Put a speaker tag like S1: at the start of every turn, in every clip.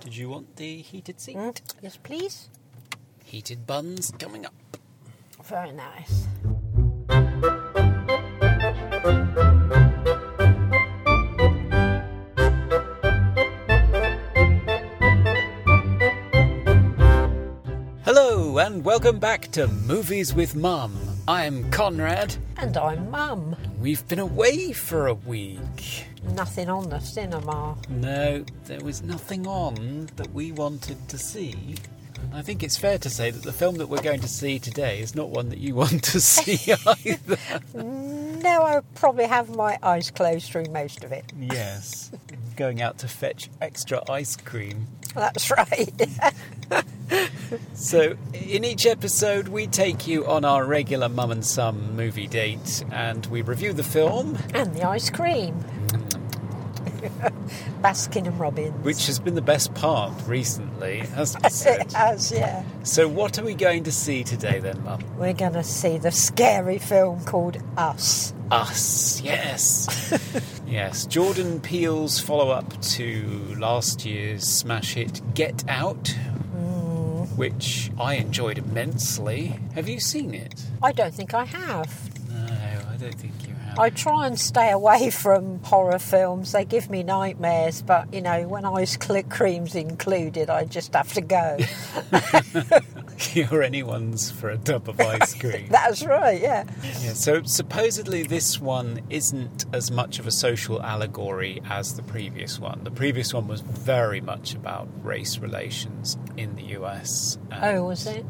S1: Did you want the heated seat?
S2: Hmm? Yes, please.
S1: Heated buns coming up.
S2: Very nice.
S1: Hello, and welcome back to Movies with Mum. I'm Conrad.
S2: And I'm mum.
S1: We've been away for a week.
S2: Nothing on the cinema.
S1: No, there was nothing on that we wanted to see. I think it's fair to say that the film that we're going to see today is not one that you want to see either.
S2: No, I probably have my eyes closed through most of it.
S1: yes. Going out to fetch extra ice cream.
S2: That's right.
S1: So, in each episode, we take you on our regular Mum and Son movie date and we review the film,
S2: and the ice cream. Baskin and Robbins.
S1: which has been the best part recently, hasn't
S2: it
S1: it?
S2: has, yeah.
S1: so, what are we going to see today then, Mum?
S2: We're going to see the scary film called Us.
S1: Us, yes. yes, Jordan Peele's follow up to last year's smash hit Get Out, Mm. which I enjoyed immensely. Have you seen it?
S2: I don't think I have.
S1: No, I don't think you have.
S2: I try and stay away from horror films. They give me nightmares, but you know, when ice cl- cream's included, I just have to go.
S1: You're anyone's for a tub of ice cream.
S2: That's right, yeah.
S1: Yeah, so supposedly this one isn't as much of a social allegory as the previous one. The previous one was very much about race relations in the US. and-
S2: Oh, was it?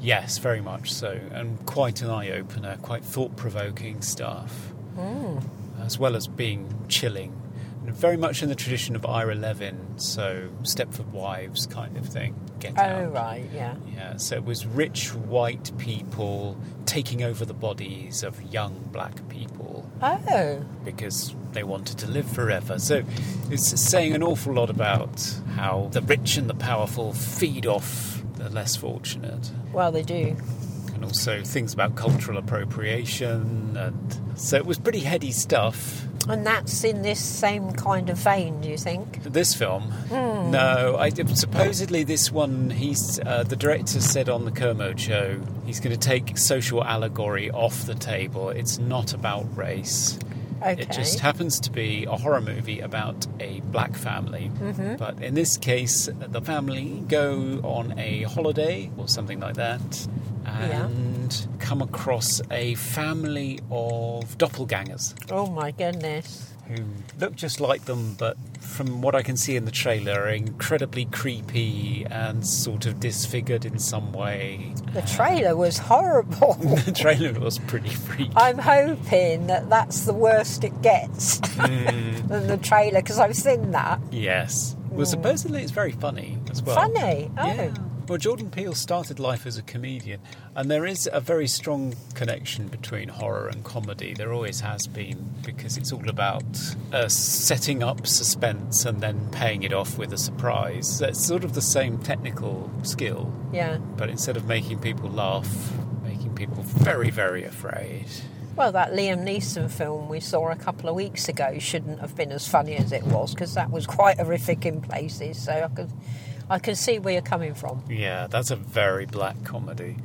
S1: Yes, very much so, and quite an eye opener, quite thought provoking stuff,
S2: Mm.
S1: as well as being chilling. And very much in the tradition of Ira Levin, so Stepford Wives kind of thing. Get
S2: Oh,
S1: out.
S2: right, yeah.
S1: Yeah, so it was rich white people taking over the bodies of young black people
S2: Oh,
S1: because they wanted to live forever. So it's saying an awful lot about how the rich and the powerful feed off the less fortunate.
S2: well, they do.
S1: And also things about cultural appropriation. And so it was pretty heady stuff.
S2: And that's in this same kind of vein, do you think?
S1: This film,
S2: Hmm.
S1: no. I supposedly this one. He's uh, the director said on the Kermode show he's going to take social allegory off the table. It's not about race.
S2: Okay.
S1: It just happens to be a horror movie about a black family.
S2: Mm-hmm.
S1: But in this case, the family go on a holiday or something like that
S2: Yeah.
S1: and come across a family of doppelgangers
S2: oh, my goodness.
S1: who Mm. look just like them, but from what I can see in the trailer, are incredibly creepy and sort of disfigured in some way.
S2: The trailer was horrible.
S1: The trailer was pretty freaky.
S2: I'm hoping that that's the worst it gets than the trailer because I've seen that.
S1: Yes. Well, supposedly it's very funny as well.
S2: Funny. Oh.
S1: Yeah. Well, Jordan Peele started life as a comedian, and there is a very strong connection between horror and comedy. There always has been, because it's all about uh, setting up suspense and then paying it off with a surprise. So It's sort of the same technical skill,
S2: Yeah.
S1: but instead of making people laugh, making people very, very afraid.
S2: Well, that Liam Neeson film we saw a couple of weeks ago shouldn't have been as funny as it was because that was quite horrific in places. So I could, I can see where you're coming from.
S1: Yeah, that's a very black comedy.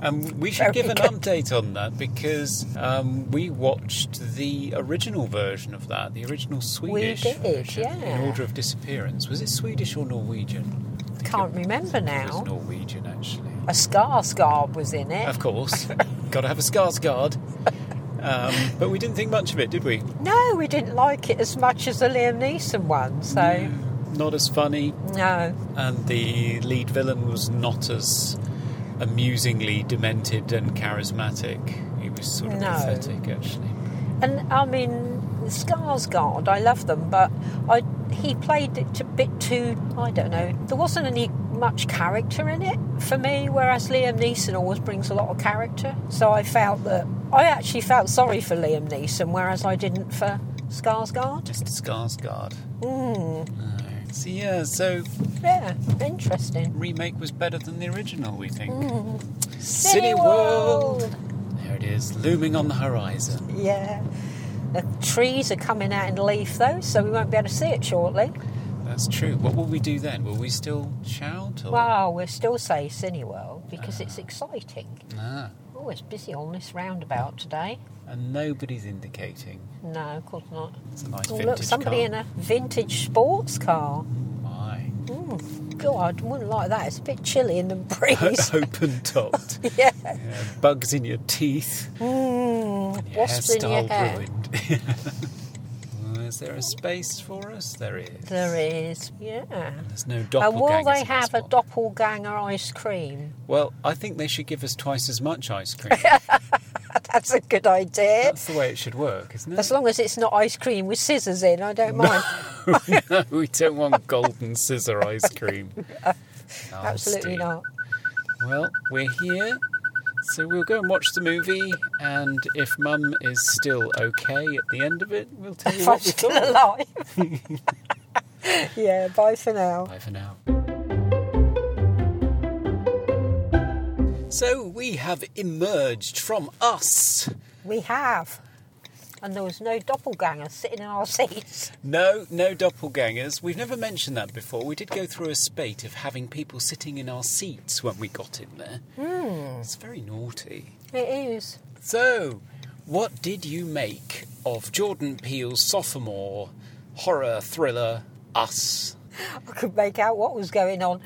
S1: And Um, we should
S2: Very
S1: give an
S2: good.
S1: update on that because um, we watched the original version of that, the original Swedish
S2: did,
S1: version,
S2: yeah.
S1: in order of disappearance. Was it Swedish or Norwegian? I think
S2: Can't
S1: it,
S2: remember
S1: It was
S2: now.
S1: Norwegian, actually.
S2: A Skarsgård was in it.
S1: Of course, got to have a Skarsgård. Um, but we didn't think much of it, did we?
S2: No, we didn't like it as much as the Liam Neeson one. So
S1: Not as funny,
S2: no,
S1: and the lead villain was not as amusingly demented and charismatic. He was sort of
S2: No.
S1: pathetic, actually.
S2: and I mean Skarsgård. I love them, but I he played it a bit too. I don't know. There wasn't any much character in it for me, whereas Liam Neeson always brings a lot of character. So I felt that I actually felt sorry for Liam Neeson, whereas I didn't for Skarsgård.
S1: Just Skarsgård. Mm. So yeah, so
S2: Yeah, interesting.
S1: remake was better than the original, we think.
S2: Mm. Cineworld.
S1: There it is, looming on the horizon.
S2: Yeah. The trees are coming out in leaf though, so we won't be able to see it shortly.
S1: That's true. What will we do then? Will we still shout? Or?
S2: Well, we'll still say Cineworld because it's exciting.
S1: Ah,
S2: Oh, it's busy on this roundabout today.
S1: and nobody's indicating.
S2: No, of course not.
S1: It's a nice
S2: Oh,
S1: vintage
S2: look, somebody
S1: car.
S2: in a vintage sports car.
S1: My
S2: Mm, God, wouldn't like that. It's a bit chilly in the breeze.
S1: open topped.
S2: yeah.
S1: Yeah, bugs in your teeth.
S2: Mm,
S1: Your
S2: wasps in your
S1: hairstyle
S2: hair.
S1: ruined. Uh, is there a space for us? There is.
S2: There is, yeah.
S1: There's no
S2: And
S1: doppelganger.
S2: will they have a doppelganger ice cream?
S1: Well, I think they should give us twice as much ice cream.
S2: That's a good idea.
S1: That's the way it should work, isn't it?
S2: As long as it's not ice cream with scissors in, I don't mind.
S1: no, we don't want golden scissor ice cream.
S2: Absolutely
S1: Nasty.
S2: not.
S1: Well, we're here, so we'll go and watch the movie. And if Mum is still okay at the end of it, we'll tell you
S2: If I'm
S1: what we
S2: still
S1: thought.
S2: alive. yeah, bye for now.
S1: Bye for now. So we have emerged from us.
S2: We have. And there was no doppelganger sitting in our seats.
S1: No, no doppelgangers. We've never mentioned that before. We did go through a spate of having people sitting in our seats when we got in there. It's very naughty.
S2: It is.
S1: So, what did you make of Jordan Peele's sophomore horror thriller Us?
S2: I could make out what was going on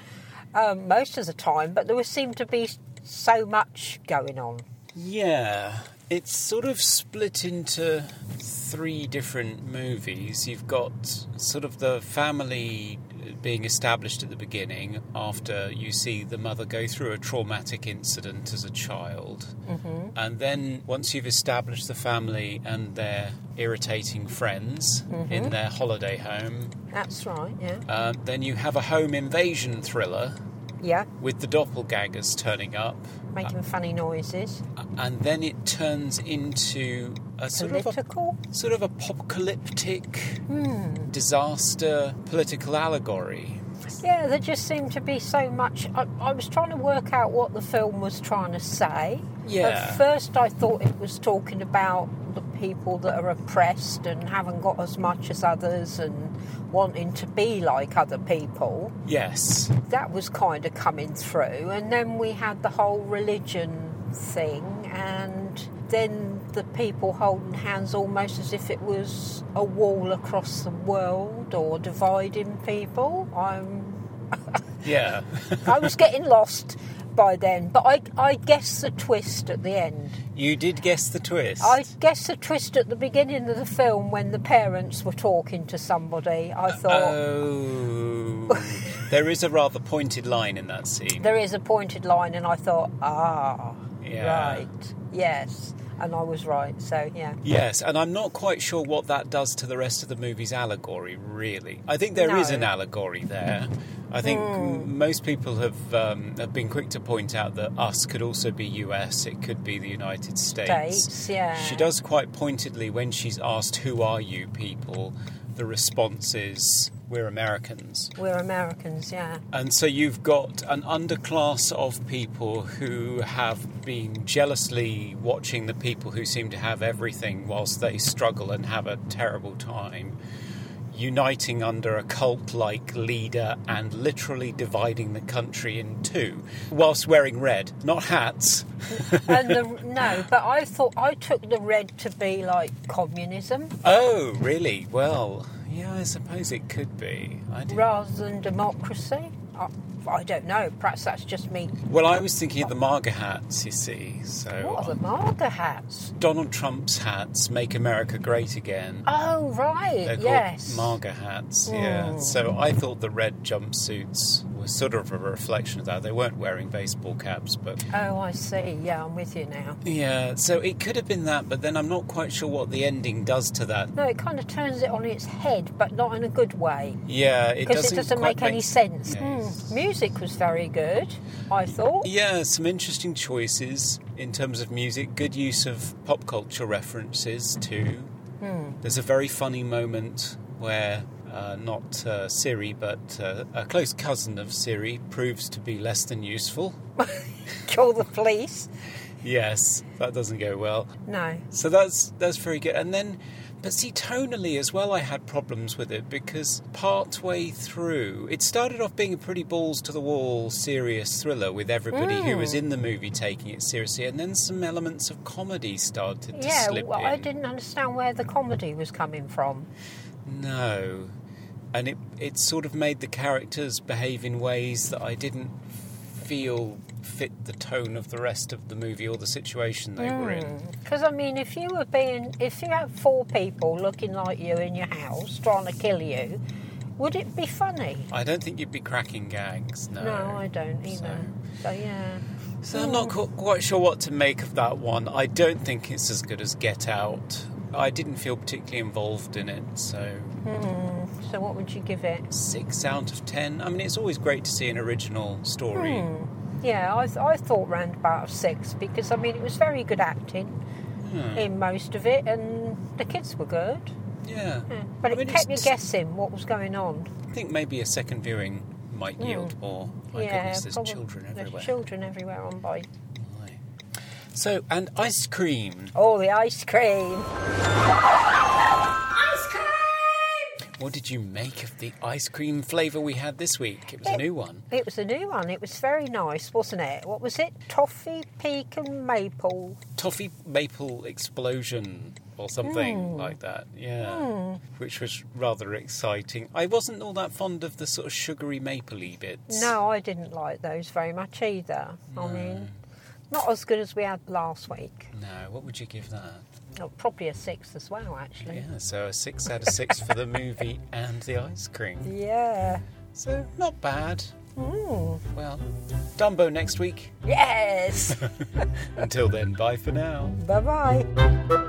S2: um, most of the time, but there was, seemed to be so much going on.
S1: Yeah, it's sort of split into three different movies. You've got sort of the family being established at the beginning after you see the mother go through a traumatic incident as a child. Mm-hmm. And then once you've established the family and their irritating friends in their holiday home,
S2: That's right, yeah.
S1: Um, then you have a home invasion thriller
S2: Yeah,
S1: with the doppelgangers turning up, Uh,
S2: making funny noises.
S1: and then it turns into a sort of
S2: Political?
S1: a, sort of apocalyptic
S2: Hmm.
S1: disaster political allegory.
S2: Yeah, there just seemed to be so much. I, I was trying to work out what the film was trying to say.
S1: Yeah.
S2: At first, I thought it was talking about the people that are oppressed and haven't got as much as others and wanting to be like other people.
S1: Yes,
S2: That was kind of coming through. And then we had the whole religion thing, and then the people holding hands almost as if it was a wall across the world or dividing people. I'm
S1: yeah,
S2: I was getting lost by then, but I, I guess the twist at the end.
S1: you did guess the twist.
S2: I guess the twist at the beginning of the film when the parents were talking to somebody. I thought
S1: Oh, there is a rather pointed line in that scene.
S2: there is a pointed line, and I thought, ah,
S1: Yeah.
S2: right, yes, and I was right. So yeah,
S1: Yes, and I'm not quite sure what that does to the rest of the movie's allegory, really. I think there is
S2: No. Hmm.
S1: an allegory there. I think m most people have, um, have been quick to point out that us could also be US, it could be the United States.
S2: States, yeah.
S1: She does quite pointedly, when she's asked, Who are you people? the response is, We're Americans.
S2: we're Americans. Yeah,
S1: And so you've got an underclass of people who have been jealously watching the people who seem to have everything whilst they struggle and have a terrible time, uniting under a cult like leader and literally dividing the country in two whilst wearing red, not hats.
S2: and the, no, but I thought I took the red to be like communism
S1: Oh, really? Well, yeah, I suppose it could be. I didn't
S2: rather than democracy. I, I don't know. Perhaps that's just me.
S1: Well, I was thinking of the Marga hats, you see. So
S2: What are the marker hats?
S1: Donald Trump's hats make America great again.
S2: Oh right,
S1: They're
S2: yes. Oh.
S1: called marga hats. Yeah. So I thought the red jumpsuits were sort of a reflection of that. They weren't wearing baseball caps, but
S2: oh, I see. Yeah, I'm with you now.
S1: yeah. So it could have been that, but then I'm not quite sure what the ending does to that.
S2: No, it kind of turns it on its head, but not in a good way
S1: Yeah, it
S2: because
S1: doesn't.
S2: it doesn't
S1: quite
S2: make any sense.
S1: Yes.
S2: Hmm, Music was very good, I thought.
S1: Yeah, some interesting choices in terms of music. Good use of pop culture references too.
S2: Hmm.
S1: There's a very funny moment where uh, not uh, Siri, but uh, a close cousin of Siri proves to be less than useful.
S2: Call the police.
S1: Yes, that doesn't go well.
S2: No.
S1: So that's that's very good. And then But see, tonally as well, I had problems with it because part way through, it started off being a pretty balls to the wall serious thriller with everybody who was
S2: Mm.
S1: in the movie taking it seriously, and then some elements of comedy started to
S2: yeah,
S1: slip
S2: well,
S1: in.
S2: I didn't understand where the comedy was coming from.
S1: No, and it it sort of made the characters behave in ways that I didn't feel fit the tone of the rest of the movie or the situation they were in.
S2: Because I mean, if you were being, if you had four people looking like you in your house trying to kill you, would it be funny?
S1: I don't think you'd be cracking gags. No,
S2: I don't either. So, yeah,
S1: So I'm not qu- quite sure what to make of that one. I don't think it's as good as Get Out. I didn't feel particularly involved in it, so
S2: so what would you give it?
S1: six out of ten. I mean, it's always great to see an original story.
S2: Hmm. Yeah, I, I thought round about six because I mean it was very good acting in most of it, and the kids were good.
S1: Yeah,
S2: Yeah. Hmm. But
S1: I
S2: it
S1: mean,
S2: kept you
S1: it's-
S2: guessing what was going on.
S1: I think maybe a second viewing might yield more. My
S2: Hmm. yeah,
S1: goodness, there's
S2: probably-
S1: children
S2: there's
S1: everywhere.
S2: children everywhere on by.
S1: Aye. So, and ice cream.
S2: Oh, the ice cream.
S1: What did you make of the ice cream flavour we had this week? It was a new one.
S2: It was a new one. It was very nice, wasn't it? What was it? Toffee, pecan, maple.
S1: toffee maple explosion or something
S2: Hmm.
S1: like that. Yeah, which was rather exciting. I wasn't all that fond of the sort of sugary mapley bits.
S2: No, I didn't like those very much either. I mean, not as good as we had last week.
S1: No, what would you give that?
S2: Oh, probably a six as well, actually.
S1: Yeah, so a six out of six for the movie and the ice cream.
S2: Yeah.
S1: So not bad.
S2: Hmm.
S1: Well, Dumbo next week.
S2: Yes.
S1: Until then, bye for now.
S2: bye bye.